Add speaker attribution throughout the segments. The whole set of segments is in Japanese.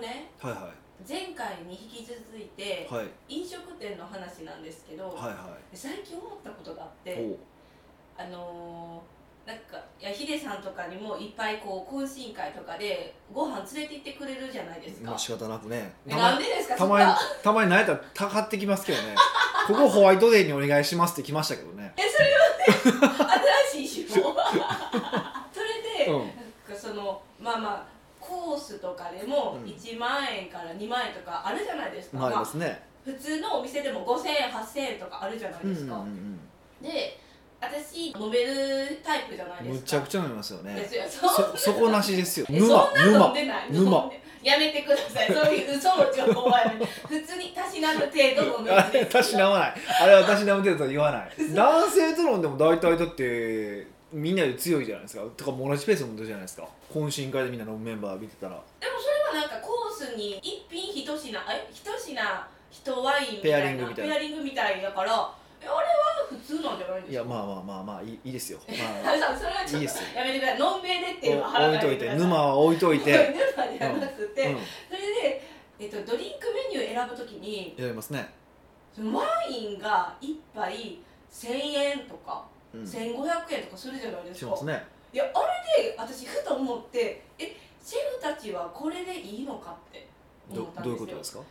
Speaker 1: ね
Speaker 2: はいは
Speaker 1: 前回に引き続いて
Speaker 2: いはい
Speaker 1: 飲食店の話なんですけど、
Speaker 2: はい
Speaker 1: 最近思ったことがあっ
Speaker 2: はい
Speaker 1: てあのーなんかいやヒデさんとかにもいっぱいこう懇親会とかでご飯連れて行ってくれるじゃないです
Speaker 2: おま
Speaker 1: か
Speaker 2: あ、仕方なくね
Speaker 1: え
Speaker 2: た
Speaker 1: なん
Speaker 2: ま
Speaker 1: でですか
Speaker 2: た
Speaker 1: そん
Speaker 2: まに
Speaker 1: な
Speaker 2: たまに何やったらたかってきますけどねここホワイトデーにお願いしますって来ましたけどね
Speaker 1: えそれはね新しい 手法 それで、
Speaker 2: うん
Speaker 1: なんかそのまあまあコースとかでも
Speaker 2: うん
Speaker 1: 1万円から2万円とかあるじゃないですか、
Speaker 2: まああり
Speaker 1: まあ
Speaker 2: ますね
Speaker 1: 普通のお店でも5000円8000円とかあるじゃない
Speaker 2: うん
Speaker 1: で
Speaker 2: うん
Speaker 1: す
Speaker 2: う
Speaker 1: か、
Speaker 2: ん
Speaker 1: で私飲めるタイプじゃない
Speaker 2: う
Speaker 1: で
Speaker 2: ん
Speaker 1: すか
Speaker 2: むちゃくちゃ飲みますよ
Speaker 1: で
Speaker 2: ね
Speaker 1: すよそう
Speaker 2: そ底なしですよ
Speaker 1: えそんな
Speaker 2: 沼
Speaker 1: 飲ん
Speaker 2: 沼
Speaker 1: でない
Speaker 2: 沼
Speaker 1: 飲んでやめてくださいそういう嘘の情報はやめて普通にたしなむ程度の
Speaker 2: あ
Speaker 1: 熱
Speaker 2: れ
Speaker 1: で
Speaker 2: たしなまないあれはたしなむ程度とは言わ ない男性と飲んでも大体だってみんなで強いじゃないですかとかもう同じペースで飲んでるじゃないですか懇親会でみんな飲むメンバー見てたら
Speaker 1: でもそれはなんかコースに一品一品え一品一ワインみ
Speaker 2: ペア
Speaker 1: た
Speaker 2: リ
Speaker 1: い
Speaker 2: ング
Speaker 1: な
Speaker 2: みたいな
Speaker 1: ペアリングみたいだからえあれは普通なんじゃないんですか
Speaker 2: いやまあまあまあまあいいいいですよ
Speaker 1: あ
Speaker 2: まあ
Speaker 1: それはちょ
Speaker 2: いいで
Speaker 1: っ
Speaker 2: すよ
Speaker 1: とやめてくださいのんべえでっていうのは
Speaker 2: お置いといて沼は置いとい
Speaker 1: 置い
Speaker 2: て、
Speaker 1: 沼じゃなくて、
Speaker 2: うん、
Speaker 1: それで、えっと、ドリンクメニュー選ぶときに
Speaker 2: やりますね、
Speaker 1: そのワインが一杯1000円とか
Speaker 2: うん、し
Speaker 1: 1500円とかするじゃないですか
Speaker 2: ますね
Speaker 1: いやあれで私ふと思ってえシェフたちはこれでいいのかって思
Speaker 2: ど
Speaker 1: ったんですよ
Speaker 2: どういうことですか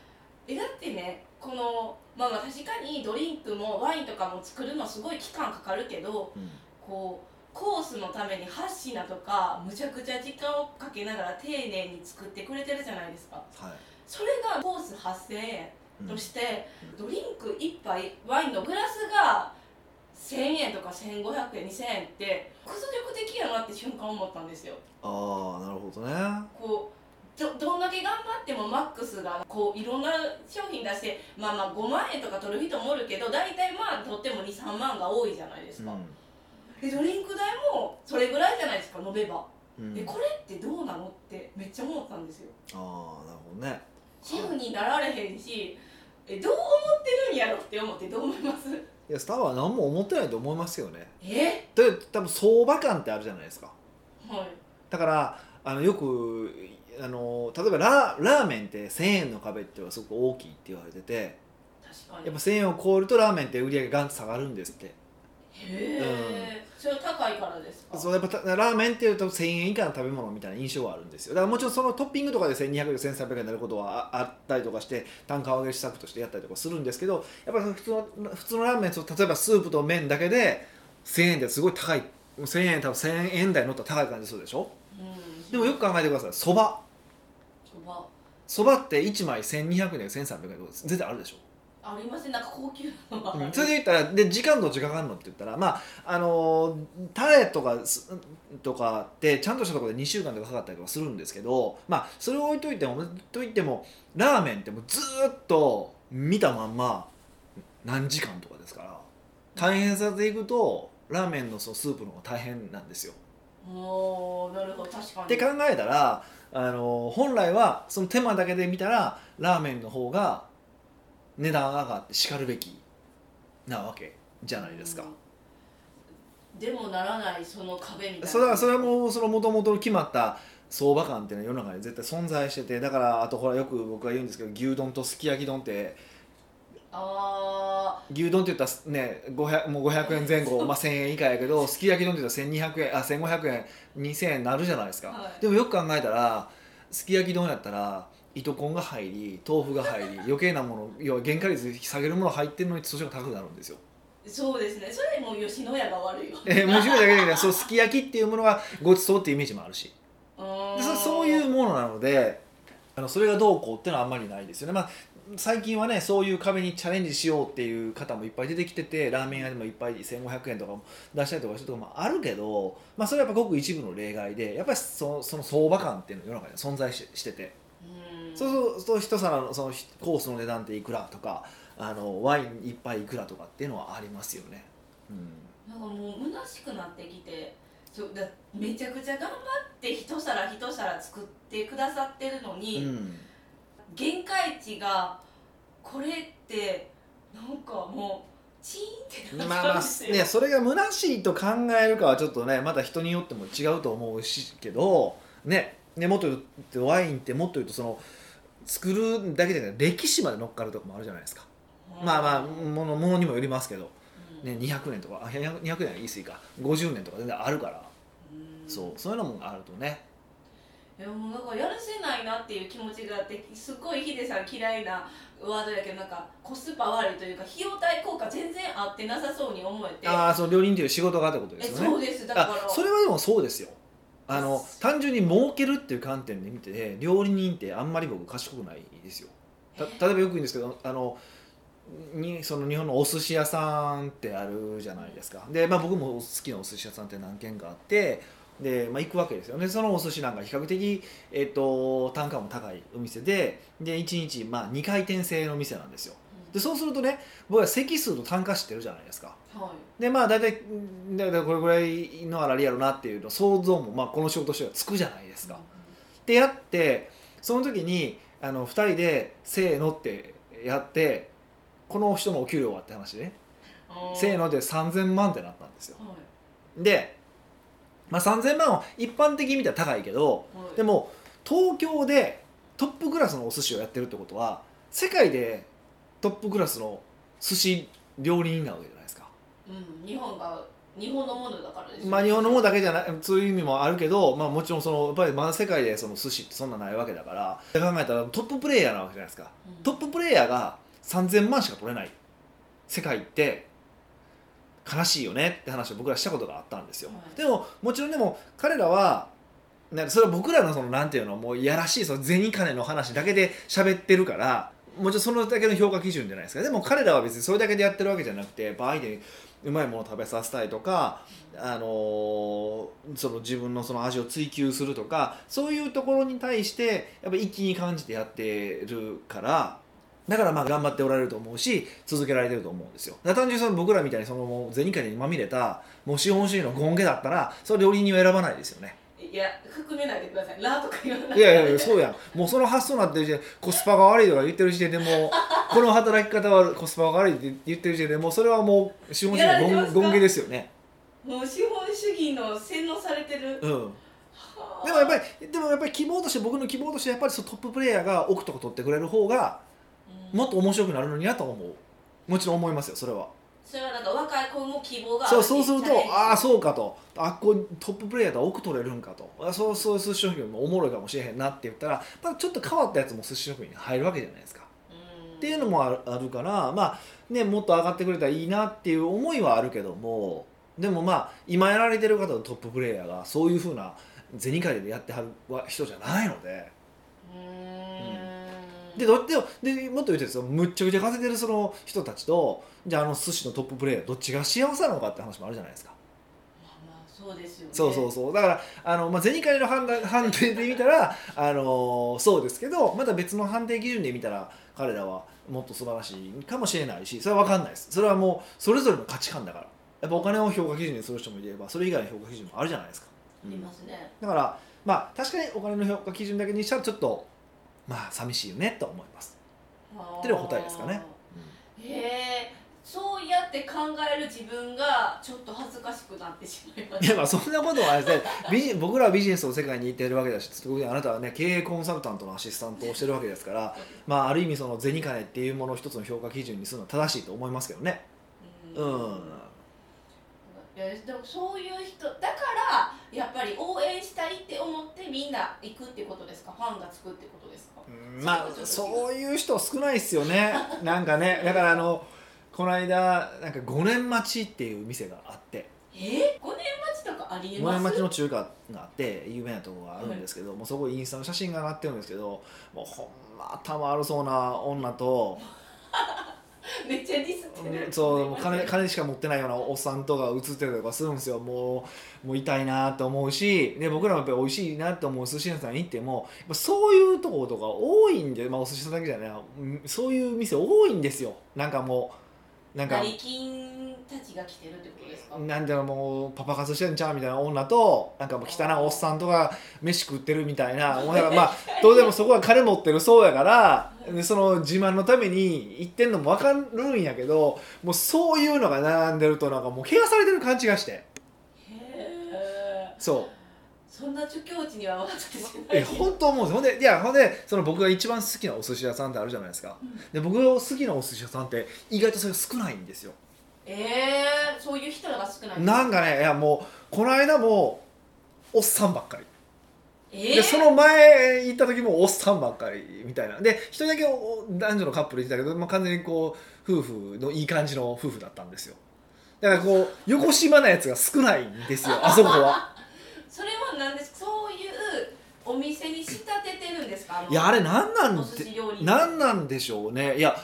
Speaker 1: えだってねこのまあまあ確かにドリンクもワインとかも作るのすごい期間かかるけど
Speaker 2: うん
Speaker 1: こうコースのために8品とかむちゃくちゃ時間をかけながら丁寧に作ってくれてるじゃないですか
Speaker 2: はい
Speaker 1: それがコース8000円
Speaker 2: うん
Speaker 1: としてドリンク1杯ワインのグラスが1000円とか1500円2000円って屈辱的やなって瞬間思ったんですよ
Speaker 2: ああなるほどね
Speaker 1: こうどどんだけ頑張ってもマックスがこういろんな商品出してまあまあ5万円とか取る人もおるけど大体まあ取っても23万が多いじゃないですか、でドリンク代もそれぐらいじゃないですか飲めば、
Speaker 2: うん、うん、
Speaker 1: でこれってどうなのってめっちゃ思ったんですよ
Speaker 2: ああなるほどね
Speaker 1: シェフになられへんしえどう思ってるんやろって思ってどう思います
Speaker 2: いやスターは何も思ってないと思いますよね
Speaker 1: え
Speaker 2: だって多分相場感ってあるじゃないですか
Speaker 1: はい
Speaker 2: だからあのよくあの例えばララーメンって1000円の壁っていうのはすごく大きいって言われてて
Speaker 1: 確かに
Speaker 2: やっぱ1000円を超えるとラーメンって売り上げがガンと下がるんですって
Speaker 1: へえ、それは高いからですか
Speaker 2: そうやっぱたラーメンっていうと1000円以下の食べ物みたいな印象はあるんですよだからもちろんそのトッピングとかで1200円1300円になることはああったりとかして単価を上げる施策としてやったりとかするんですけどやっぱり普通の普通のラーメンそう例えばスープと麺だけで1000円ってすごい高い1000円多分1000円台乗ったら高い感じするでしょ
Speaker 1: うん
Speaker 2: でもよく考えてくださいそば
Speaker 1: そば
Speaker 2: そばって1枚1200円で1300円とか全然あるでしょ
Speaker 1: ありませんなんか高級なのがある、
Speaker 2: それで言ったらで時間どっちかかるのって言ったらまああのータレとかすとかってちゃんとしたところで2週間とかかかったりとかするんですけどまあそれを置いといても置いといてもラーメンってもうずーっと見たまんま何時間とかですから大変さでいくとラーメンのそのスープの方が大変なんですよ。
Speaker 1: おーなるほど確かに
Speaker 2: って考えたらあの本来はその手間だけで見たらラーメンの方が値段が上がってしかるべきなわけじゃないですか、
Speaker 1: うんでもならないその壁みたいな
Speaker 2: それはそれはもうその元々の決まった相場感っていうのは世の中に絶対存在しててだからあとほらよく僕が言うんですけど牛丼とすき焼き丼って
Speaker 1: あ
Speaker 2: 牛丼って言ったらね500もう500円前後、まあ、1000円以下や けどすき焼き丼って言ったら1200円あ1500円2000円になるじゃないですか、
Speaker 1: はい
Speaker 2: でもよく考えたらすき焼き丼やったら糸こんが入り豆腐が入 り余計なもの要は原価率下げるもの入ってるのにそっちが高くなる んですよ。
Speaker 1: ーそうですねそれもう吉野家が悪いわ
Speaker 2: えー、面白いだけじゃなくてそうすき焼きっていうものがごちそうっていうイメージもあるしでそそういう
Speaker 1: う
Speaker 2: ものなのであのそれがどうこうっていうのはあんまりないですよね。まあ最近はねそういう壁にチャレンジしようっていう方もいっぱい出てきててラーメン屋でもいっぱい1500円とかも出したりとかしてるとこもあるけど、まあ、それはやっぱごく一部の例外でやっぱりそその相場感っていうのが世の中には存在ししてて
Speaker 1: うん
Speaker 2: そうそうそう一皿のそのひコースの値段っていくらとかあのワイン一杯いくらとかっていうのはありますよね。うん
Speaker 1: なんかもう虚しくなってきてそうだめちゃくちゃ頑張って一皿一皿作ってくださってるのに、
Speaker 2: うん
Speaker 1: 限界値がこれってなんかもうチーンってなっち
Speaker 2: ま
Speaker 1: ゃ
Speaker 2: あま
Speaker 1: うん
Speaker 2: あ
Speaker 1: ですよ、
Speaker 2: ねそれが虚しいと考えるかはちょっとねまた人によっても違うと思うしけどねねもっと言うとワインってもっと言うとその作るだけじゃなくて歴史まで乗っかるとこもあるじゃないですか、まあまあものものにもよりますけど、ね、200年とかあ100 200年は言い過ぎか50年とか全然あるから、そうそういうのもあるとね
Speaker 1: いやもうなんかやるせないなっていう気持ちがあってすっごいヒデさん嫌いなワードやけどなんかコスパ悪いというか費用対効果全然合ってなさそうに思えて
Speaker 2: ああその料理人という仕事がってことで
Speaker 1: え
Speaker 2: すよ
Speaker 1: そう
Speaker 2: ね
Speaker 1: ですだから
Speaker 2: あそれはでもそうですよあの単純に儲けるっていう観点で見て料理人ってあんまり僕賢くないですよた例えばよく言うんですけどあのにその日本のお寿司屋さんってあるじゃないですかで、まあ、僕も好きなお寿司屋さんって何軒かあってで、まあ、行くわけですよねそのお寿司なんか比較的、えっと単価も高いお店でで1日、まあ、2回転制の店なんですよでそうするとね僕は席数と単価知ってるじゃないですか
Speaker 1: はい
Speaker 2: でまあ大体だいたいこれぐらいのあらりやろうなっていうの想像も、まあ、この仕事としてはつくじゃないですか。でやってその時にあの2人で「せーの」ってやってこの人のお給料はって話でね「せー
Speaker 1: の
Speaker 2: の」で3000万ってなったんですよ。
Speaker 1: は
Speaker 2: で、まあ、3000万は一般的に見たら高いけど
Speaker 1: いはい
Speaker 2: でも東京でトップクラスのお寿司をやってるってことは世界でトップクラスの寿司料理人なわけじゃないですか。
Speaker 1: うん日本が日本のものだからですよ
Speaker 2: まあ、日本のものだけじゃないそういう意味もあるけど、まあ、もちろんそのやっぱりまだ世界でその寿司ってそんなないわけだからって考えたらトッププレイヤーなわけじゃないですか
Speaker 1: うん
Speaker 2: トッププレイヤーが3000万しか取れない世界って悲しいよねって話を僕らしたことがあったんですよ、
Speaker 1: はい
Speaker 2: でももちろんでも彼らはなんかそれは僕らのそのなんていうのもういやらしいその銭金の話だけで喋ってるからもちろんそのだけの評価基準じゃないですかでも彼らは別にそれだけでやってるわけじゃなくてやっぱ相手にうまいものを食べさせたいとか、あのーその自分のその味を追求するとかそういうところに対してやっぱ一気に感じてやってるからだからまあ頑張っておられると思うし続けられてると思うんですよだから単純にその僕らみたいにそのもう銭金にまみれたもう資本主義の権下だったらそれは料理人を選ばないですよね
Speaker 1: いや含めないでくださいラーとか言わない
Speaker 2: いやいやいや
Speaker 1: う
Speaker 2: そうやんもうその発想になってる時点でコスパが悪いとか言ってる時点でもうこの働き方はコスパが悪いって言ってる時点でもうそれはもう資本主義
Speaker 1: やられてま
Speaker 2: の
Speaker 1: すか
Speaker 2: 権下ですよね
Speaker 1: もう資本主義の洗脳されてる
Speaker 2: うん
Speaker 1: はあ
Speaker 2: でもやっぱりでもやっぱり希望として僕の希望としてやっぱりそのトッププレイヤーが奥とか取ってくれる方が
Speaker 1: うん
Speaker 2: もっと面白くなるのになと思うもちろん思いますよそれは
Speaker 1: それはなんか若い子も希望があ
Speaker 2: そうそうするとああ
Speaker 1: そ
Speaker 2: そうかとあっこトッププレイヤーと奥取れるんかとあそうそう寿司職人もおもろいかもしれへんなって言ったら、まあ、ちょっと変わったやつも寿司職人に入るわけじゃないですか
Speaker 1: うん
Speaker 2: っていうのもあるあるから、まあね、もっと上がってくれたらいいなっていう思いはあるけどもでもまあ今やられてる方のトッププレイヤーがそういうふうな銭金でやってはる人じゃないので。
Speaker 1: うーん
Speaker 2: でどっちでもでもっと言うとですよむっちゃくちゃ稼いでるその人たちとじゃああの寿司のトッププレイヤーどっちが幸せなのかって話もあるじゃないですか、
Speaker 1: まあまあそうですよね
Speaker 2: そうそうそうだからあの、まあ、銭金の判断 判定で見たら、あのそうですけどまた別の判定基準で見たら彼らはもっと素晴らしいかもしれないしそれは分かんないですそれはもうそれぞれの価値観だからやっぱお金を評価基準にする人もいればそれ以外の評価基準もあるじゃないですか、うん
Speaker 1: いますね
Speaker 2: だからまあ確かにお金の評価基準だけにしたらちょっとまあ寂しいよねとは思います、っていうのが答えですかね
Speaker 1: へえそうやって考える自分がちょっと恥ずかしくなってしまいま
Speaker 2: い
Speaker 1: し
Speaker 2: やまあそんなことはあれですねビジ僕らはビジネスの世界に行ってるわけだし特にあなたはね経営コンサルタントのアシスタントをしてるわけですから、まあ、ある意味その銭金っていうものを一つの評価基準にするのは正しいと思いますけどね
Speaker 1: た
Speaker 2: うん、
Speaker 1: いやでもそういう人だからやっぱり応援したいって思ってみんな行くってことですかファンがつくってことですか
Speaker 2: まあそういう人少ないですよねなんかねだからあのこの間なんか5年待ちっていう店があって
Speaker 1: え五5年待ちとかありえ
Speaker 2: 五
Speaker 1: ま
Speaker 2: 年
Speaker 1: す
Speaker 2: 町の中華があって有名なとこがあるんですけど、もうそこにインスタの写真が上がってるんですけどもうほんま頭悪そうな女と
Speaker 1: めっちゃディスってる、
Speaker 2: そうもう金金しか持ってないようなおっさんとか映ってたりとかするんですよもうもう痛いなと思うしで僕らもやっぱり美味しいなと思う寿司屋さんに行ってもやっぱそういうとことか多いんで、まあ、お寿司屋さんだけじゃないうんそういう店多いんですよなんかもうなんか
Speaker 1: 成金たちが来てるってことですか、
Speaker 2: なんだろうもうパパ活してんちゃうみたいな女となんかもう汚いおっさんとか飯食ってるみたい なもうだからまあ当然もうそこは金持ってるそうやからでその自慢のために行ってんのも分かるんやけどもうそういうのが並んでるとなんかもうケアされてる感じがして
Speaker 1: へえ
Speaker 2: そう
Speaker 1: そんな儒教地には私しない
Speaker 2: え本当思うんですほんでいやほんでその僕が一番好きなお寿司屋さんってあるじゃないですか
Speaker 1: うん
Speaker 2: で僕が好きなお寿司屋さんって意外とそれが少ないんですよ
Speaker 1: えー、そういう人らが少ない
Speaker 2: なんかねいやもうこの間もおっさんばっかり
Speaker 1: え
Speaker 2: でその前行った時もおっさんばっかりみたいなで一人だけお男女のカップルいてたけど、まあ、完全にこう夫婦のいい感じの夫婦だったんですよだからこう横島なやつが少ないんで すよあそこは
Speaker 1: それは何ですかそういうお店に仕立ててるんですかあの
Speaker 2: いやあれ何なん
Speaker 1: お
Speaker 2: て
Speaker 1: 寿司料理
Speaker 2: 何なんでしょうねいや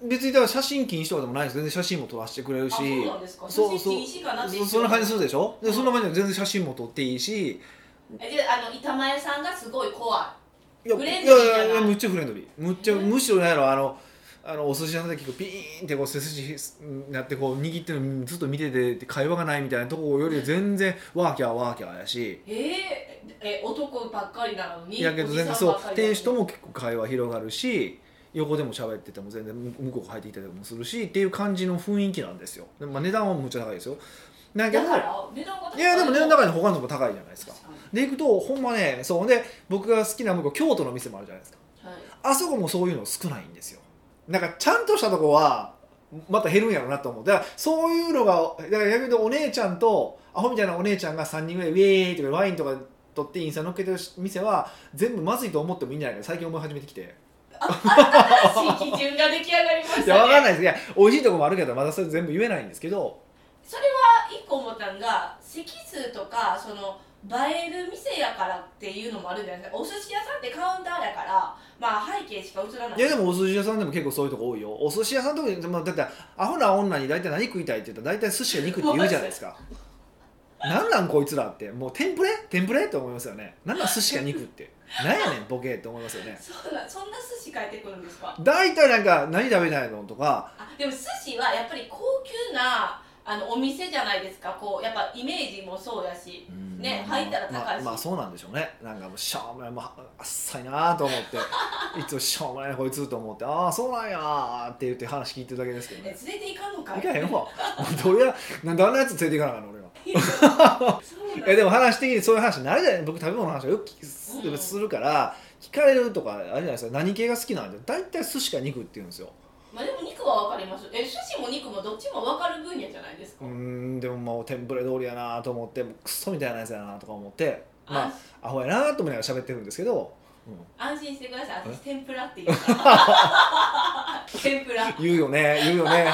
Speaker 2: 別にだから写真禁止とかでもないです全然写真も撮らせてくれる
Speaker 1: あ
Speaker 2: し
Speaker 1: そうなんですか
Speaker 2: そう
Speaker 1: 寿司禁止かなって
Speaker 2: そそんな感じするでしょで
Speaker 1: うん
Speaker 2: そんな感じで全然写真も撮っていいし
Speaker 1: えであの板前さんがすごい怖い
Speaker 2: いや
Speaker 1: フレン
Speaker 2: い
Speaker 1: ド
Speaker 2: や
Speaker 1: リーじゃない
Speaker 2: いやむっちゃフレンドリーむっちゃ
Speaker 1: ね
Speaker 2: むしろなんやろあのあのお寿司屋さんで結構ピーンってこう背筋になってこう握ってるのずっと見てて会話がないみたいなとこより全然ワーキャーワーキャーやし
Speaker 1: えー、え男ばっかりなのに
Speaker 2: いやけど
Speaker 1: おじ
Speaker 2: 全
Speaker 1: さ
Speaker 2: 然
Speaker 1: んば
Speaker 2: そう
Speaker 1: っかりなのに
Speaker 2: 店主とも結構会話広がるし横でも喋ってても全然向こうが入ってきたりもするしっていう感じの雰囲気なんですよ、でまあ、値段はむっちゃ高いですよだけ
Speaker 1: だ
Speaker 2: ど
Speaker 1: から値段が高
Speaker 2: いやでも値段
Speaker 1: い
Speaker 2: 高いの他のとこ高いじゃないですか
Speaker 1: 確か
Speaker 2: で行くとほんまねそうで僕が好きな向こう京都の店もあるじゃないですか
Speaker 1: にはい
Speaker 2: あそこもそういうの少ないんですよなんかちゃんとしたとこはまた減るんやろうなと思うだからそういうのがだから逆に言うとお姉ちゃんとアホみたいなお姉ちゃんが3人ぐらいウェーイとかワインとか取ってインスタ乗っけてる店は全部まずいと思ってもいいんじゃないか最近思い始めてきて
Speaker 1: 新しい基準が出来上がりましたね
Speaker 2: いや分かんないですいや美味しいとこもあるけどまだそれ全部言えないんですけど
Speaker 1: それは一個思ったんが席数とかその映える店やからっていうのもあるんじゃないですかお寿司屋さんってカウンターやからまあ背景しか映らない
Speaker 2: いやでもお寿司屋さんでも結構そういうとこ多いよお寿司屋さんとかでもだってアホな女に大体何食いたいって言ったら大体寿司や肉って言うじゃないです かなんなんこいつらってもうテンプレテンプレって思いますよねなんなん寿司や肉ってなんやねんボケって思いますよね
Speaker 1: そうなそんな寿司帰ってくるんですか
Speaker 2: 大体なんか何食べたいのとか
Speaker 1: あでも寿司はやっぱり高級なあのお店じゃないですかこうやっぱイメージもそうやしね
Speaker 2: まあ
Speaker 1: 入ったら高いし
Speaker 2: まあ、まあそうなんでしょうねなんかもうしょうもないもうああっさいなと思って いつもしょうもないなこいつと思ってああそうなんやーって言って話聞いてるだけですけど
Speaker 1: え
Speaker 2: ね
Speaker 1: 連れて行かんのか
Speaker 2: いかへんわもうどうやなんであんなやつ連れていかなあかんの俺は
Speaker 1: そうなん
Speaker 2: えでも話的にそういう話になるじゃない僕食べ物の話をよくす
Speaker 1: うん
Speaker 2: するから聞かれるとかあるじゃないですか何系が好きなんで大体寿司か肉って言うんですよ
Speaker 1: まあでも肉はわかりますえ寿司も肉もどっちもわかる分野じゃないです
Speaker 2: う
Speaker 1: か、
Speaker 2: ーんでももうテンプレ通りやなと思ってもうクソみたいなやつやなとか思ってまあアホやなと思いながら喋ってるんですけど、う
Speaker 1: 安心してください
Speaker 2: え
Speaker 1: 私天ぷらって言うから 天ぷら
Speaker 2: ん言うよね言う よね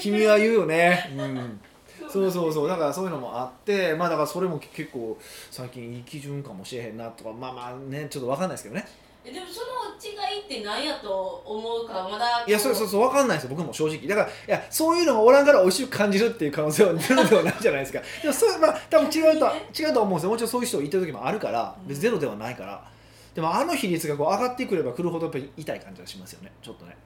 Speaker 2: 君は言うよね うんそうそうそうだからそういうのもあってまあだからそれも結構最近いい基準かもしれへんなとかまあまあねちょっと分かんないですけどね
Speaker 1: えでもその違いって何やと思うかまだ
Speaker 2: いやそうそう
Speaker 1: う
Speaker 2: そう分かんないですよ僕も正直だからいやそういうのがおらんから美味しく感じるっていう可能性はゼロではないじゃないですかでもそうまあ多分違うとは違うとは思うんですよもちろんそういう人いた時もあるから別にゼロではないからでもあの比率がこう上がってくればくるほどやっぱり痛い感じがしますよねちょっとね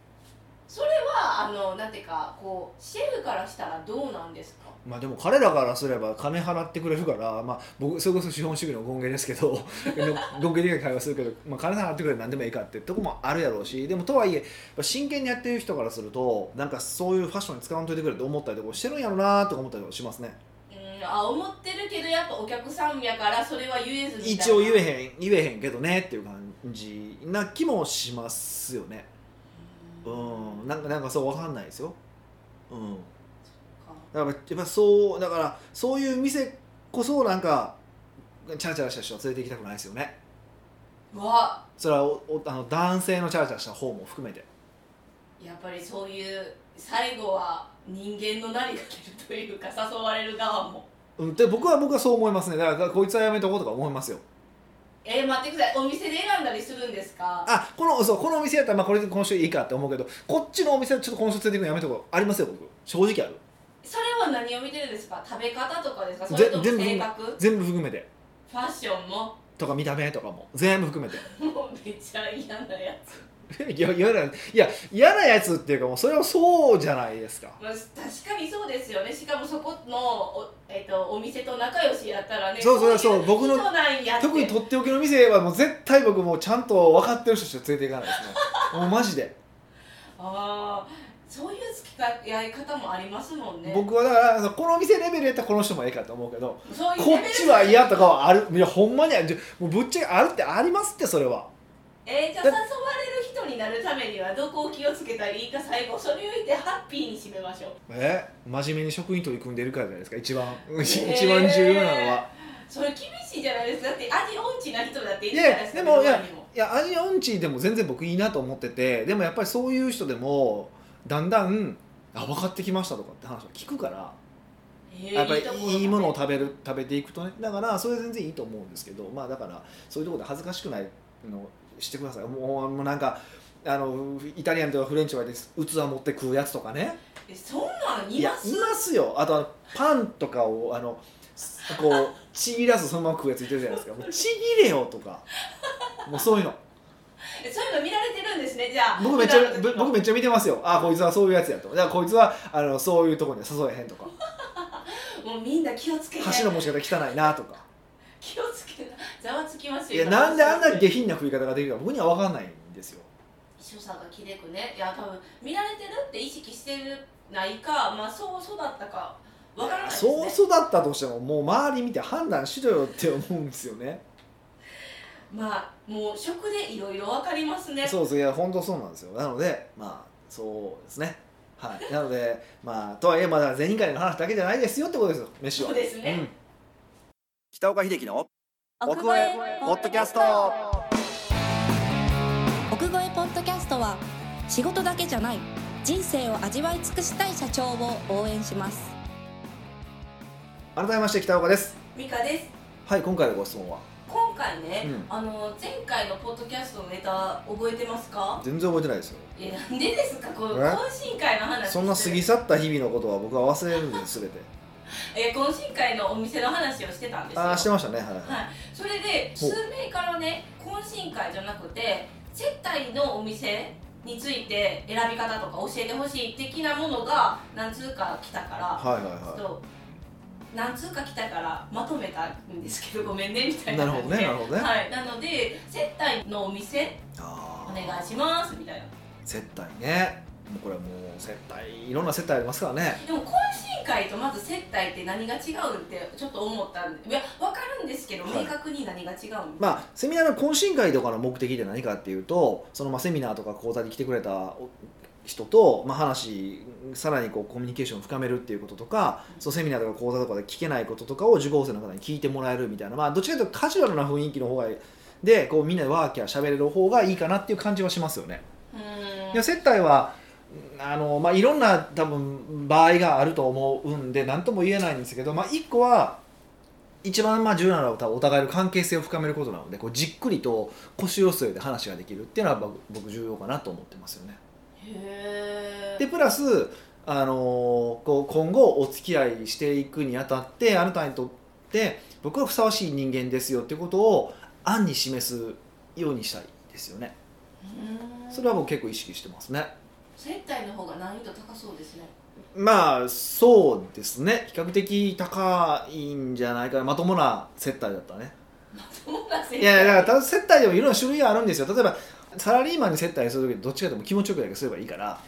Speaker 1: それはあのなんていうかこうシェフからしたらどうなんですか
Speaker 2: まあでも彼らからすれば金払ってくれるからまあ僕それこそ資本主義の権限ですけど 権限的な会話するけど、まあ、金払ってくれば何でもいいかってとこもあるやろうしでもとはいえやっぱ真剣にやってる人からするとなんかそういうファッションに使わんといてくれと思ったりとかしてるんやろうなとか思ったりとかしますね
Speaker 1: うんあ思ってるけどやっぱお客さんやからそれは言えずみたいな
Speaker 2: 一応言えへん言えへんけどねっていう感じな気もしますよねう
Speaker 1: うん
Speaker 2: んなんかなんかそうわかんないですようん
Speaker 1: か
Speaker 2: だからやっぱそうだからそういう店こそなんかチャラチャラした人は連れて行きたくないですよね
Speaker 1: うわ
Speaker 2: それはおおあの男性のチャラチャラした方も含めて
Speaker 1: やっぱりそういう最後は人間のなりが出るというか誘われる側も
Speaker 2: うんで僕は僕はそう思いますねだからこいつはやめとこうとか思いますよ
Speaker 1: えー、待ってくださいお店で選んだりするんですか
Speaker 2: あこのそうこのお店やったらまあこれで今週いいかって思うけどこっちのお店はちょっと今週連れて行くのやめとこうありますよ僕正直ある
Speaker 1: それは何を見てるんですか食べ方とかですか
Speaker 2: ぜ
Speaker 1: それとも
Speaker 2: 全部
Speaker 1: 性格フ
Speaker 2: 全部含めて
Speaker 1: ァッションも
Speaker 2: とか見た目とかも全部含めて
Speaker 1: もうめっちゃ嫌なやつ、
Speaker 2: いや嫌ないや嫌なやつっていうかもうそれはそうじゃないですか
Speaker 1: まあ、確かにそうですよねしかもそこのお,、えー、とお店と仲良しやったらね
Speaker 2: そうそうそう
Speaker 1: い
Speaker 2: 僕の
Speaker 1: 人なんやって
Speaker 2: 特にとっておきの店はもう絶 対僕もうちゃんと分かってる人しか連れていかないですねもうマジで
Speaker 1: ああそういう付き合い方もありますもんね
Speaker 2: 僕はだからあのこの店レベルやったらこの人もええかと思うけど
Speaker 1: そういうレ
Speaker 2: こ
Speaker 1: ベル
Speaker 2: っちは嫌とかはあるいやほんまにあるじゃもうぶっちゃけあるってありますってそれは
Speaker 1: えー、じゃあ誘われる人になるためにはどこを気をつけたらいいか最後それを言ってハッピーに締めましょう
Speaker 2: え真面目に職員取り組んでるからじゃないですか 一番、
Speaker 1: ー
Speaker 2: 一番重要なのは
Speaker 1: それ厳しいじゃないですかだって味音痴な人だってい
Speaker 2: い
Speaker 1: るじゃない
Speaker 2: や
Speaker 1: ですか
Speaker 2: でもい
Speaker 1: 世の
Speaker 2: や
Speaker 1: 中にも
Speaker 2: いやアジアンチでも全然僕いいなと思っててでもやっぱりそういう人でもだんだんあ分かってきましたとかって話を聞くから
Speaker 1: えー
Speaker 2: やっぱり
Speaker 1: ところだね
Speaker 2: いいものを食べる食べていくとねだからそれ全然いいと思うんですけどまあだからそういうところで恥ずかしくないのしてくださいもうもうなんかあのイタリアンとかフレンチとかで器持って食うやつとかね
Speaker 1: えそんなんい
Speaker 2: いや
Speaker 1: ます
Speaker 2: いますよあとあのパンとかをあのすこう ちぎらずそのまま食うやついてるじゃないですかもうちぎれよとかもうそういうの
Speaker 1: えそういうの見られてるんですねじゃあ
Speaker 2: 僕めっちゃ
Speaker 1: 普段の
Speaker 2: ぶ
Speaker 1: 時の
Speaker 2: 僕めっちゃ見てますよあこいつはそういうやつやとだからこいつはあのそういうとこには誘えへんとか
Speaker 1: もうみんな気をつけて
Speaker 2: 箸の持ち方汚いなとか
Speaker 1: 気をつけてざわつきます
Speaker 2: い
Speaker 1: よ
Speaker 2: やなんであんな下品な食い方ができるか僕には分かんないんですよ
Speaker 1: 所作がきれくねいや多分見られてるって意識してるないかまあそう育ったかわからないですね
Speaker 2: そう育ったとしてももう周り見て判断しろよって思うんですよね
Speaker 1: まあもう食でいろいろわかりますね
Speaker 2: そうそういや本当そうなんですよなのでまあそうですねはいなのでまあとはいえまだ銭金の話だけじゃないですよってことですよ飯は
Speaker 1: そうですね
Speaker 2: ん北岡秀樹の
Speaker 3: 奥越えポッドキャスト奥越えポッドキャストは仕事だけじゃない人生を味わい尽くしたい社長を応援します
Speaker 2: 改めまして北岡です
Speaker 1: ミカです
Speaker 2: はい今回のご質問は
Speaker 1: 今回ね、
Speaker 2: うん
Speaker 1: あの前回のポッドキャストのネタ覚えてますか
Speaker 2: 全然覚えてないですよ
Speaker 1: いやなんでですかこの
Speaker 2: え
Speaker 1: 懇親会の話
Speaker 2: そんな過ぎ去った日々のことは僕は忘れるんです全て
Speaker 1: え懇親会のお店の話をしてたんですよ
Speaker 2: ああしてましたねはい、はい
Speaker 1: はい、それで
Speaker 2: ほう
Speaker 1: 数名からね懇親会じゃなくて接待のお店について選び方とか教えてほしい的なものが何通か来たから、
Speaker 2: はいはい
Speaker 1: ち
Speaker 2: は
Speaker 1: ょっと何通か来たからまとめたんですけどごめんねみたいな感じで
Speaker 2: なるほどねなるほどね
Speaker 1: はい、なので接待のお店
Speaker 2: いあ
Speaker 1: お
Speaker 2: あ
Speaker 1: 願いしますみたいな
Speaker 2: 接待ねもうこれはもう接待いろんな接待ありますからね
Speaker 1: でも懇親会とまず接待って何が違うってちょっと思ったんでいや分かるんですけど
Speaker 2: はい
Speaker 1: 明確に何が違うんです
Speaker 2: まあセミナーの懇親会とかの目的って何かっていうとそのまあセミナーとか講座に来てくれたお人と、まあ、話さらにこうコミュニケーションを深めるっていうこととかそのセミナーとか講座とかで聞けないこととかを受講生の方に聞いてもらえるみたいな、まあ、どっちかというとカジュアルな雰囲気の方がでこうみんなでワーキャーしゃべれる方がいいかなっていう感じはしますよね。
Speaker 1: うーん
Speaker 2: いや接待はうんあの、まあ、いろんな多分場合があると思うんで何とも言えないんですけど、まあ、一個は一番まあ重要なのは多分お互いの関係性を深めることなのでこうじっくりと腰を据えて話ができるっていうのは僕僕重要かなと思ってますよね。
Speaker 1: へー
Speaker 2: でプラスあのこう今後お付き合いしていくにあたってあなたにとって僕はふさわしい人間ですよっていうことを暗に示すようにしたいですよね。
Speaker 1: うーん
Speaker 2: それは僕結構意識してますね。
Speaker 1: 接待の方が難易度高そうですね
Speaker 2: まあそうですね比較的高いんじゃないかなまともな接待だったね
Speaker 1: 友達
Speaker 2: いやいやだからた接待でもいろんな種類があるんですよ例えばサラリーマンに接待する時どっちかでも気持ちよくだけすればいいから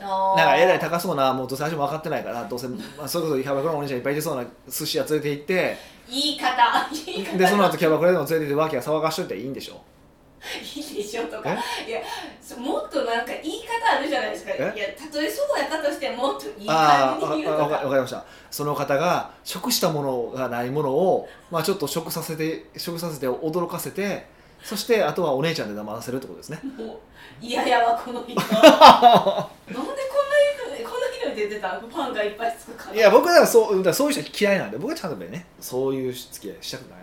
Speaker 1: あ
Speaker 2: な
Speaker 1: ー
Speaker 2: んかえらい高そうなもうどうせ味も分かってないからどうせ、まあ、それこそキャバクラのお兄ちゃんいっぱいいてそうな寿司屋連れて行って
Speaker 1: 言い方言い方
Speaker 2: でその後キャバクラでも連れて行ってワーキャー騒がしといていいんでしょ
Speaker 1: いいでしょとかいやそもっとなんか言い方あるじゃないですかい
Speaker 2: え
Speaker 1: やたとえそうやったとしてももっといい
Speaker 2: あ
Speaker 1: 感
Speaker 2: あ
Speaker 1: じ
Speaker 2: ああ
Speaker 1: に言うと
Speaker 2: わかわ
Speaker 1: か
Speaker 2: かりましたその方が食したものがないものを、まあ、ちょっと食させて食させて驚かせてそしてあとはお姉ちゃんで黙らせるってことですね
Speaker 1: もう嫌やわこの 人なんでこんな人こんな人に出てたパンがいっぱいつくから
Speaker 2: いや僕はだからそうだからそういう人嫌いなんで僕はちゃんとねそういう付き合いしたくないので、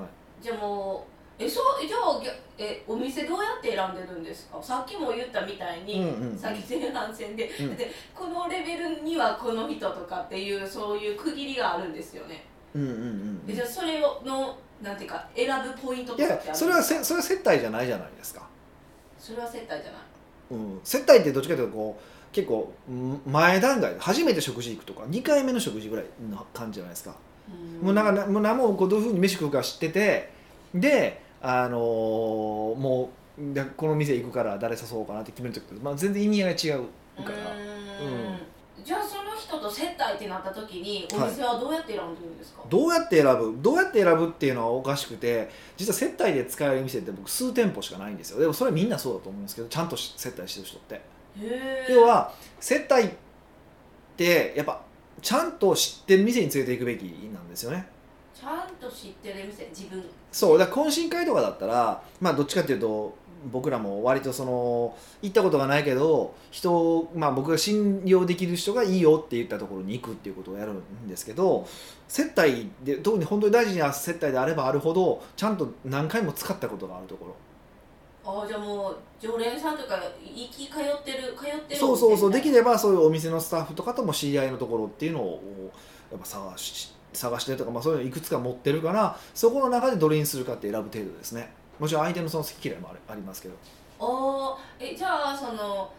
Speaker 2: はい、
Speaker 1: じゃあもうえそうじゃあぎゃえお店どうやって選んでるんですかさっきも言ったみたいに、
Speaker 2: うんうん
Speaker 1: さっき前半戦で、
Speaker 2: うん
Speaker 1: でこのレベルにはこの人とかっていうそういう区切りがあるんですよね、
Speaker 2: うんうんうん
Speaker 1: えじゃあそれをのなんていうか選ぶポイント
Speaker 2: い
Speaker 1: とかってあるんで
Speaker 2: や
Speaker 1: すか
Speaker 2: それはせそれは接待じゃないじゃないですか、
Speaker 1: それは接待じゃない
Speaker 2: うん、接待ってどっちかというとこう結構うん前段階で初めて食事行くとか2回目の食事ぐらいの感じじゃないですかもうなんかなもう何もこうどういうふうに飯食うか知っててであのーもうでこの店行くから誰誘おうかなって決める時と、まあ、全然意味合いが違う
Speaker 1: うーんう
Speaker 2: から
Speaker 1: んじゃあその人と接待ってなった時にお店はどうやって選んでるんですか、
Speaker 2: どうやって選ぶどうやって選ぶっていうのはおかしくて実は接待で使える店って僕数店舗しかないんですよでもそれはみんなそうだと思うんですけどちゃんとし接待してる人って
Speaker 1: へえ
Speaker 2: 要は接待ってやっぱちゃんと知ってる店に連れていくべきなんですよね
Speaker 1: ちゃんと知ってる店自分
Speaker 2: そうだから懇親会とかだったらまあどっちかっていうと僕らも割とその行ったことがないけど人を、まあ、僕が信用できる人がいいよって言ったところに行くっていうことをやるんですけど接待で特に本当に大事な接待であればあるほどちゃんと何回も使ったことがあるところ
Speaker 1: ああじゃあもう常連さんとか行き通ってる通ってるお店
Speaker 2: そうそうそう
Speaker 1: みた
Speaker 2: で
Speaker 1: い
Speaker 2: きればそういうお店のスタッフとかとも知り合いのところっていうのをやっぱ探し探してるとか、まあ、そういうのいくつか持ってるからそこの中でどれにするかって選ぶ程度ですねもちろん相手のその好き嫌いもあるありますけど
Speaker 1: おーえじゃあその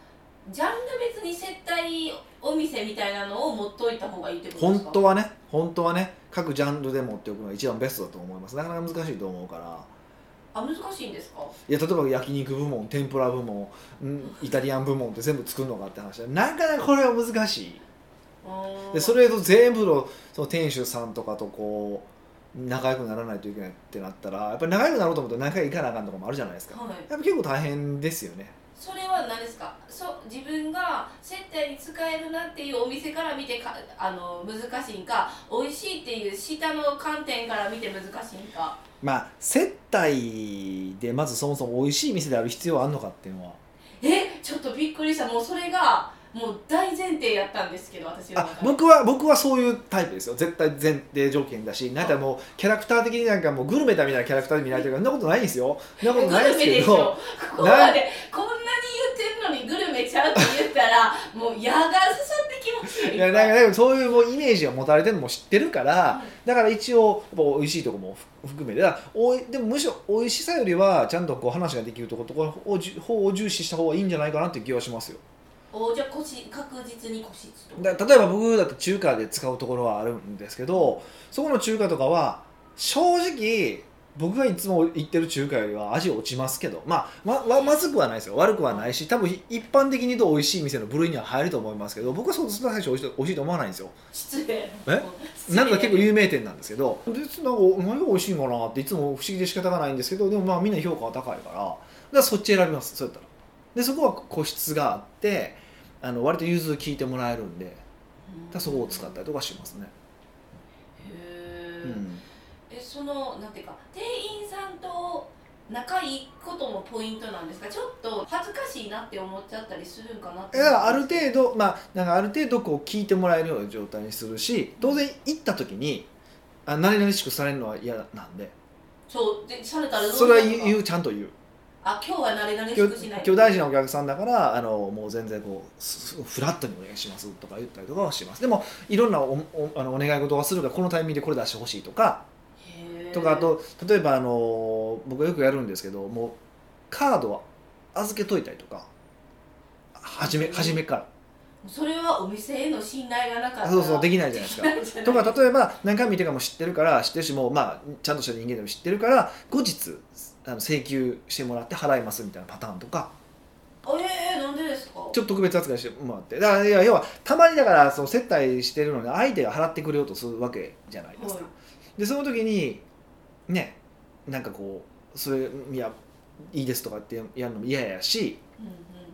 Speaker 1: ジャンル別に接待お店みたいなのを持っといた方がいいってことで
Speaker 2: 本
Speaker 1: すか
Speaker 2: 当はね本当はね各ジャンルで持っておくのが一番ベストだと思いますなかなか難しいと思うから
Speaker 1: あ難しいんですか
Speaker 2: いや例えば焼肉部門天ぷら部門んイタリアン部門って全部作るのかって話でなかなかこれは難しいでそ
Speaker 1: れ
Speaker 2: れと全部のその店主さんとかとこう仲良くならないといけないってなったらやっぱり仲良くなろうと思ったら仲良くいかなあかんとかもあるじゃないですか
Speaker 1: はい
Speaker 2: やっぱ結構大変ですよね
Speaker 1: それは何ですかそう自分が接待に使えるなっていうお店から見てかあの難しいんか美味しいっていう下の観点から見て難しいんか
Speaker 2: まあ接待でまずそもそも美味しい店である必要はあるのかっていうのは
Speaker 1: えちょっとびっくりしたもうそれがもう大前提やったんですけど私の
Speaker 2: あ
Speaker 1: 中で
Speaker 2: 僕は僕はそういうタイプですよ絶対前提条件だしなんかもうキャラクター的になんかもうグルメだみたいなキャラクターで見られてるからそんなことないんですよそんなことないですけ
Speaker 1: グルメ
Speaker 2: ど
Speaker 1: でしょここまでこんなに言ってんのにグルメちゃうって言ったらもう矢が刺さってきますよ
Speaker 2: いやなんかでもそういうもうイメージを持たれてるのも知ってるから、だから一応やっぱ美味しいとこも含めてだからおいでもむしろ美味しさよりはちゃんとこう話ができるとことかをじゅ方を重視した方がいいんじゃないかなっていう気はしますよ
Speaker 1: おじゃあ個室確実に個室と
Speaker 2: だ例えば僕だと中華で使うところはあるんですけどそこの中華とかは正直僕がいつも行ってる中華よりは味落ちますけど、まあ、まままずくはないですよ悪くはないし多分ひ一般的に言うと美味しい店の部類には入ると思いますけど僕はそんな最初美味しい美味しいと思わないんですよ
Speaker 1: 失礼
Speaker 2: え
Speaker 1: 失礼
Speaker 2: なんか結構有名店なんですけどでなんか何が美味しいのかなっていつも不思議で仕方がないんですけどでもまあみんな評価が高いからだからそっち選びますそうやったらでそこは個室があってあの割と融通聞いてもらえるんでだからそこを使ったりとかしますね、
Speaker 1: へ
Speaker 2: う
Speaker 1: ー
Speaker 2: ん、
Speaker 1: えそのなんていうか店員さんと仲いいこともポイントなんですかちょっと恥ずかしいなって思っちゃったりするんかなって
Speaker 2: だからある程度まあなんかある程度こう聞いてもらえるような状態にするし当然行った時にあ何々しくされるのは嫌なんで
Speaker 1: そうでされたらどう
Speaker 2: それは
Speaker 1: なるのか
Speaker 2: 言うちゃんと言う
Speaker 1: あ今日は慣れ慣れ
Speaker 2: 今
Speaker 1: し
Speaker 2: 日
Speaker 1: くしない
Speaker 2: 今日大事なお客さんだからあのもう全然こうすすフラットにお願いしますとか言ったりとかはしますでもいろんなおおあのお願い事はするからこのタイミングでこれ出してほしいとか
Speaker 1: へー
Speaker 2: とかあと例えばあの僕よくやるんですけどもうカードは預けといたりとか初め初めか
Speaker 1: それはお店への信頼がなかった
Speaker 2: ら
Speaker 1: ら
Speaker 2: そうそうできないじゃないですか
Speaker 1: なんじ ゃない
Speaker 2: とか例えば何回も見てるかも知ってるから知ってるしもう、まあ、ちゃんとした人間でも知ってるから後日あの請求してもらって払いますみたいなパターンとか
Speaker 1: ええなんでですか
Speaker 2: ちょっと特別扱いしてもらってだからいや要はたまにだからその接待してるのに相手が払ってくれようとするわけじゃないです
Speaker 1: は
Speaker 2: か、
Speaker 1: い
Speaker 2: でその時にねなんかこうそれいやいいですとかってやるのも嫌やし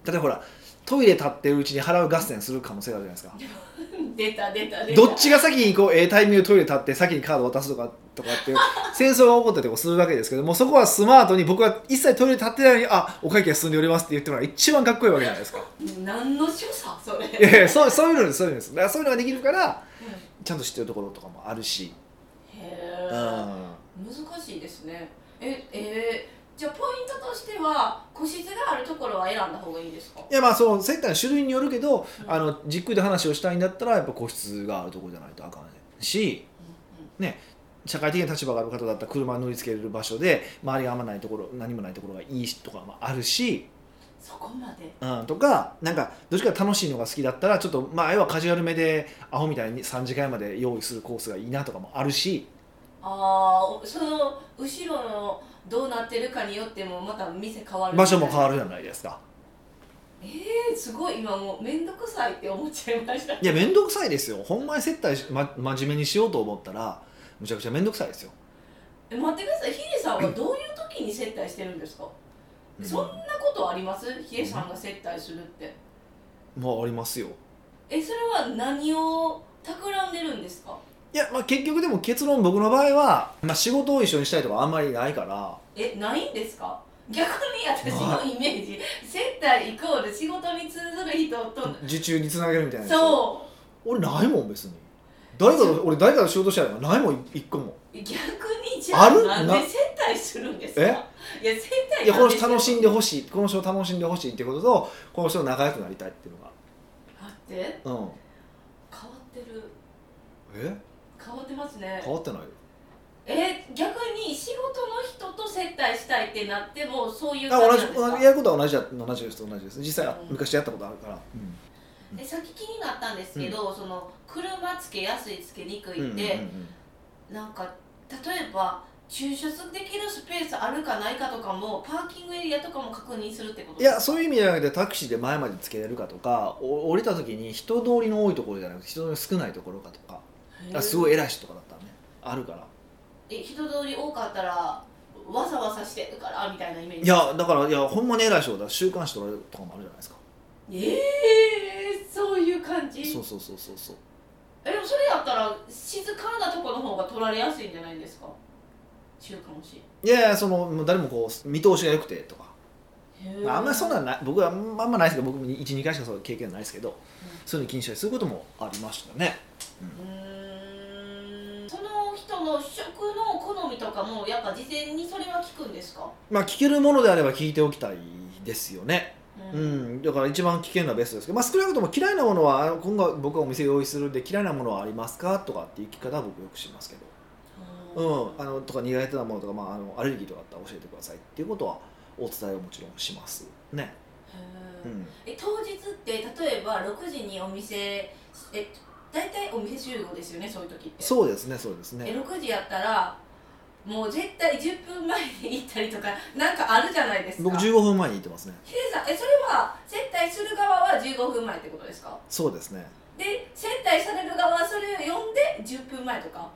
Speaker 2: 例えばほらトイレ立ってるうちに払う合戦する可能性があるじゃないですか
Speaker 1: うんうん、出た出た出た
Speaker 2: どっちが先にこうええタイミングでトイレ立って先にカード渡すとかとか っていう戦争が起こったりとかするわけですけどもそこはスマートに僕は一切トイレ立ってないのにあお会計進んでおりますって言ってるのが一番かっこいいわけじゃないですか
Speaker 1: 何の所作それ
Speaker 2: いやい やそうそういうのですそういうのですだからそういうのができるからちゃんと知ってるところとかもあるし、
Speaker 1: へ
Speaker 2: う
Speaker 1: ー
Speaker 2: ん
Speaker 1: 難しいですねええー、じゃあポイントとしては個室があるところは選んだ方がいいですか
Speaker 2: いやまあその接待の種類によるけど、
Speaker 1: うん
Speaker 2: あのじっくりと話をしたいんだったらやっぱ個室があるところじゃないとあかんし社会的な立場がある方だったら車に乗りつける場所で周りがあんまないところ何もないところがいいしとかもあるし、
Speaker 1: そこまで
Speaker 2: うん、とかなんかどっちか楽しいのが好きだったらちょっとまあ要はカジュアルめでアホみたいに3時間まで用意するコースがいいなとかもあるし
Speaker 1: ああその後ろのどうなってるかによってもまた店変わる
Speaker 2: 場所も変わ
Speaker 1: る
Speaker 2: るじゃないですか
Speaker 1: えー、すごい今もう面倒くさいって思っちゃいました
Speaker 2: いや面倒くさいですよほんまに接待し、ま、真面目にしようと思ったらむちゃくちゃ面倒くさいですよ、
Speaker 1: え待ってくださいヒデさんはどういう時に接待してるんですか、
Speaker 2: うん
Speaker 1: そんなことありますヒデさんが接待するって
Speaker 2: まあありますよ
Speaker 1: えそれは何を企んでるんですか
Speaker 2: いや、まあ、結局でも結論僕の場合は、まあ、仕事を一緒にしたいとかあんまりないから
Speaker 1: えないんですか逆に私のイメージ接待イコール仕事に通ずる人と
Speaker 2: 受注につなげるみたいなやつ
Speaker 1: そう
Speaker 2: 俺ないもん別に誰かと俺誰かと仕事したいとかないもん一個も
Speaker 1: 逆にじゃあ
Speaker 2: ある
Speaker 1: なん
Speaker 2: な
Speaker 1: で接待するんですかいや接待
Speaker 2: いやこの人
Speaker 1: なんで
Speaker 2: 楽しんでほしいこの人を楽しんでほしいってこととこの人と仲良くなりたいっていう
Speaker 1: 待って
Speaker 2: のがうん
Speaker 1: 変わってる
Speaker 2: え
Speaker 1: 変わってますね
Speaker 2: 変わってないよ
Speaker 1: え逆に仕事の人と接待したいってなってもそういう
Speaker 2: あ
Speaker 1: 感
Speaker 2: 同
Speaker 1: じ
Speaker 2: じ
Speaker 1: なんです
Speaker 2: 同
Speaker 1: か
Speaker 2: じやることは同じだ同じですと同じです実際
Speaker 1: うん
Speaker 2: 昔やったことあるから、
Speaker 1: えさっき気になったんですけど、その車つけやすいつけにく
Speaker 2: うん
Speaker 1: いって、なんか例えば駐車できるスペースあるかないかとかもパーキングエリアとかも確認するってこと
Speaker 2: いやそういう意味じゃなくてタクシーで前までつけれるかとかお降りた時に人通りの多いところじゃなくて人通りの少ないところかとかあすご
Speaker 1: い
Speaker 2: い偉い人とかだったらねあるから
Speaker 1: え人通り多かったらわざわざしてるからみたいなイメージ
Speaker 2: いやだからいやほんまに偉い人だ週刊誌取られるとかもあるじゃないですか
Speaker 1: ええそういう感じ
Speaker 2: そうそうそうそうそう
Speaker 1: えでもそれやったら静かなとこの方が取られやすいんじゃないんですか中華もし
Speaker 2: いやいやそのもう誰もこう見通しが良くてとか、まあ、あんまりそんなんない僕はあんまあんまないですけど僕も12回しかそういう経験ないですけど、そういうの気にしたりすることもありましたね
Speaker 1: うーんその人の食の好みとかもやっぱ事前にそれは聞くんですか
Speaker 2: まあ聞けるものであれば聞いておきたいですよね、う
Speaker 1: うん
Speaker 2: ん、だから一番危険なベストですけど、まあ、少なくとも嫌いなものはあの今後僕はお店用意するんで嫌いなものはありますかとかっていう聞き方は僕よくしますけど、うん、あのとか苦手なものとか、まあ、あのアレルギーとかあったら教えてくださいっていうことはお伝えをもちろんしますね、
Speaker 1: へ
Speaker 2: う
Speaker 1: ー
Speaker 2: ん、
Speaker 1: え当日って例えば6時にお店え大体お店集合ですよねそういう時って
Speaker 2: そうですねそうですね
Speaker 1: え6時やったらもう絶対10分前に行ったりとかなんかあるじゃないですか
Speaker 2: 僕15分前に行ってますね
Speaker 1: ヒデさんえそれは接待する側は15分前ってことですか
Speaker 2: そうですね
Speaker 1: で接待される側はそれを読んで10分前とか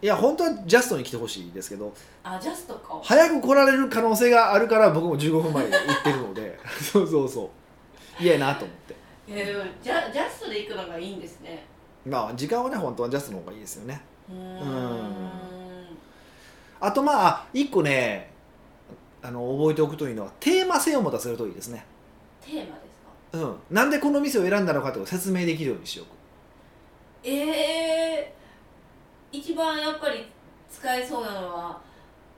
Speaker 2: いや本当はジャストに来てほしいですけど
Speaker 1: あジャストか
Speaker 2: 早く来られる可能性があるから僕も15分前に行ってるので そうそうそう嫌やなと思って
Speaker 1: えでもジャジャストで行くのがいいんですね
Speaker 2: まあ時間はね本当はジャストの方がいいですよね
Speaker 1: うーん
Speaker 2: あとまあ一個ねあの覚えておくというのはテーマ性を持たせるといいですね
Speaker 1: テーマですか
Speaker 2: うんなんでこの店を選んだのかということを説明できるようにしておく
Speaker 1: えー、一番やっぱり使えそうなのは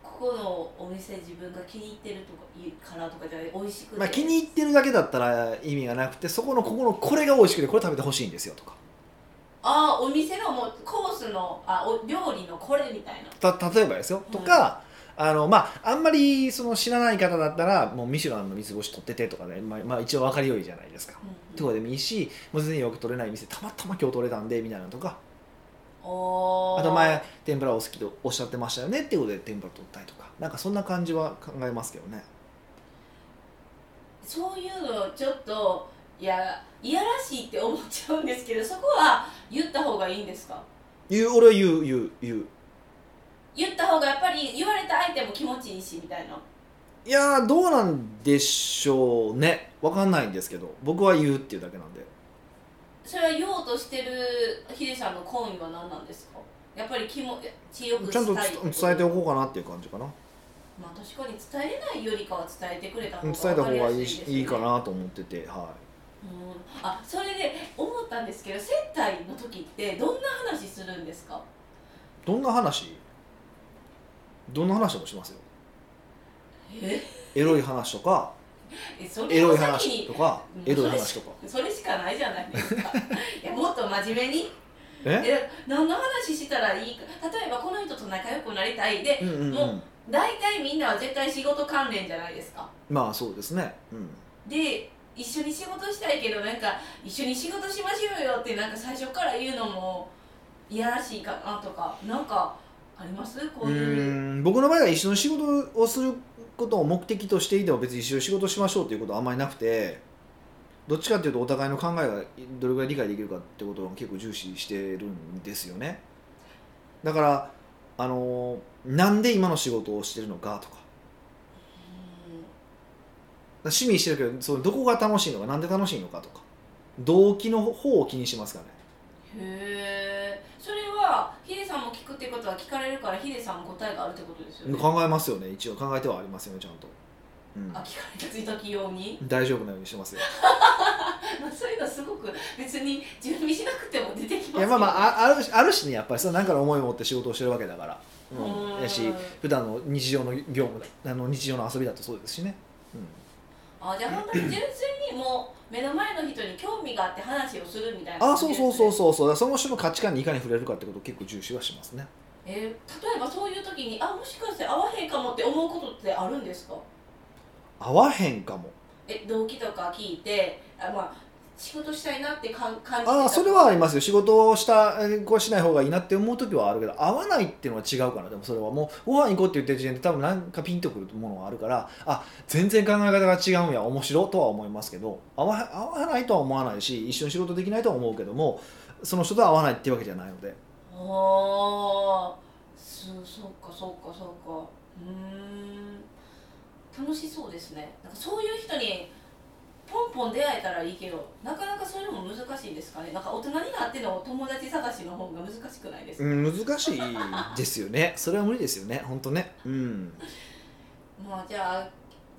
Speaker 1: ここのお店自分が気に入ってるとかいいからとかじゃない美味しくて、
Speaker 2: まあ、気に入ってるだけだったら意味がなくてそこのここのこれが美味しくてこれ食べてほしいんですよとか
Speaker 1: ああお店のもうコースのあお料理のこれみたいな
Speaker 2: た例えばですよ、とかあのまああんまりその知らない方だったらもうミシュランの三つ星取っててとかね、まあ、まあ一応分かりよいじゃないですか、とかでもいいしもう全然よく取れない店たまたま今日取れたんでみたいなのとか
Speaker 1: おー
Speaker 2: あと前天ぷらお好きとおっしゃってましたよねっていうことで天ぷら取ったりとかなんかそんな感じは考えますけどね
Speaker 1: そういうのちょっといやいやらしいって思っちゃうんですけどそこは言った方がいいんですか
Speaker 2: 言う俺は言う言う言う
Speaker 1: 言った方がやっぱり言われた相手も気持ちいいしみたいない
Speaker 2: やーどうなんでしょうね分かんないんですけど僕は言うっていうだけなんで
Speaker 1: それは言おうとしてるヒデさんの行為は何なんですかやっぱり気持ちよく
Speaker 2: ちゃんと
Speaker 1: 伝
Speaker 2: つ
Speaker 1: え
Speaker 2: 伝えておこうかなっていう感じかな
Speaker 1: まあ確かに伝えれないよりかは伝えてくれた方
Speaker 2: 伝
Speaker 1: が
Speaker 2: えた
Speaker 1: 分
Speaker 2: 方が
Speaker 1: り
Speaker 2: い
Speaker 1: や
Speaker 2: い
Speaker 1: す
Speaker 2: し
Speaker 1: ですよね
Speaker 2: いいかなと思っててはい
Speaker 1: うんあそれで思ったんですけど接待の時ってどんな話するんですか
Speaker 2: どんな話どんな話もしますよ
Speaker 1: え
Speaker 2: エロい話とか
Speaker 1: えそ
Speaker 2: エ
Speaker 1: れ
Speaker 2: ロ
Speaker 1: を
Speaker 2: い
Speaker 1: 先に
Speaker 2: 話とか
Speaker 1: うん
Speaker 2: エロい話とか
Speaker 1: それしかないじゃないです かいやもっと真面目に
Speaker 2: え
Speaker 1: え何の話したらいいか例えばこの人と仲良くなりたいで
Speaker 2: うんうん
Speaker 1: も
Speaker 2: うん
Speaker 1: 大体みんなは絶対仕事関連じゃないですか
Speaker 2: まあそうですねうん
Speaker 1: で一緒に仕事したいけどなんか一緒に仕事しましょうよってなんか最初から言うのもいやらしいかなとかなんかありますこう
Speaker 2: う
Speaker 1: いう
Speaker 2: ーん僕の場合は一緒の仕事をすることを目的としていても別に一緒に仕事しましょうということはあんまりなくてどっちかっていうとお互いの考えがどれぐらい理解できるかってことを結構重視してるんですよねだからあのなんで今の仕事をしてるのかとか趣味してるけどそのどこが楽しいのかなんで楽しいのかとか動機の方を気にしますかね
Speaker 1: うんへえそれはヒデさんも聞くってことは聞かれるからヒデさんも答えがあるってことですよね
Speaker 2: 考えますよね一応考えてはありますよねちゃんと、うん
Speaker 1: あ聞かれた時々用に
Speaker 2: 大丈夫なようにしてますよ
Speaker 1: まあそういうのすごく別に準備しなくても出てきますけど
Speaker 2: いやまあまあああるしあるしねやっぱりそ何かの思いを持って仕事をしてるわけだから、
Speaker 1: う
Speaker 2: うんん、やし普段の日常の業務だあの日常の遊びだとそうですしね、うん、
Speaker 1: あじゃあ本当に純粋にもう目の前の人に興味があって話をするみたいな
Speaker 2: あ
Speaker 1: 感
Speaker 2: あ
Speaker 1: じ
Speaker 2: そう
Speaker 1: です
Speaker 2: そう
Speaker 1: ね
Speaker 2: そうそうそうだからその人の価値観にいかに触れるかってことを結構重視はしますね
Speaker 1: えー例えばそういう時にあもしかして合わへんかもって思うことってあるんですか
Speaker 2: 合わへんかも
Speaker 1: え動機とか聞いてあまあ仕事したいなってかん感じてた
Speaker 2: ああそれはありますよ仕事をしたえーこうしない方がいいなって思う時はあるけど合わないっていうのは違うかなでもそれはもうご飯行こうって言ってる時点で多分なんかピンとくるものがあるからあ全然考え方が違うんや面白いとは思いますけど合わ合わないとは思わないし一緒に仕事できないとは思うけどもその人と合わないっていうわけじゃないので
Speaker 1: ああそうそうかそうかそうかうーん楽しそうですねなんかそういう人にポンポン出会えたらいいけどなかなかそういうのも難しいですかねなんか大人になっての友達探しの方が難しくないです
Speaker 2: う
Speaker 1: か、
Speaker 2: ん難しいですよねそれは無理ですよね本当ねうん
Speaker 1: まあじゃあ、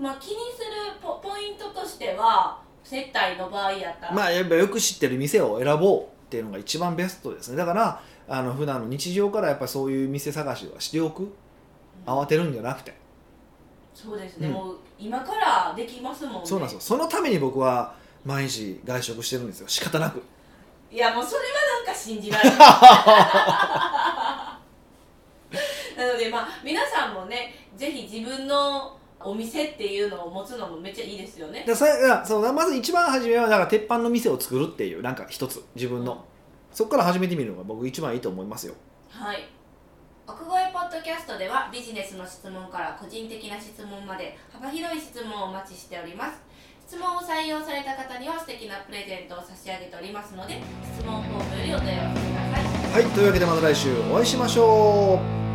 Speaker 1: まあ、気にするポポイントとしては接待の場合やったら、
Speaker 2: まあやっぱよく知ってる店を選ぼうっていうのが一番ベストですねだからあの普段の日常からやっぱりそういう店探しはしておく
Speaker 1: うん
Speaker 2: 慌てるんじゃなくて、
Speaker 1: そうですね、
Speaker 2: うん
Speaker 1: もう今からできますもんね
Speaker 2: そうなんですよそのために僕は毎日外食してるんですよ仕方なく
Speaker 1: いやもうそれはなんか信じられ ないなのでまあ皆さんもねぜひ自分のお店っていうのを持つのもめっちゃいいですよね
Speaker 2: でさあそうまず一番初めはだから鉄板の店を作るっていうなんか一つ自分のそこから始めてみるのが僕一番いいと思いますよ
Speaker 1: はい奥越ポッドキャストではビジネスの質問から個人的な質問まで幅広い質問をお待ちしております質問を採用された方には素敵なプレゼントを差し上げておりますので質問フォームよりお問い合わせください
Speaker 2: はいというわけでまた来週お会いしましょう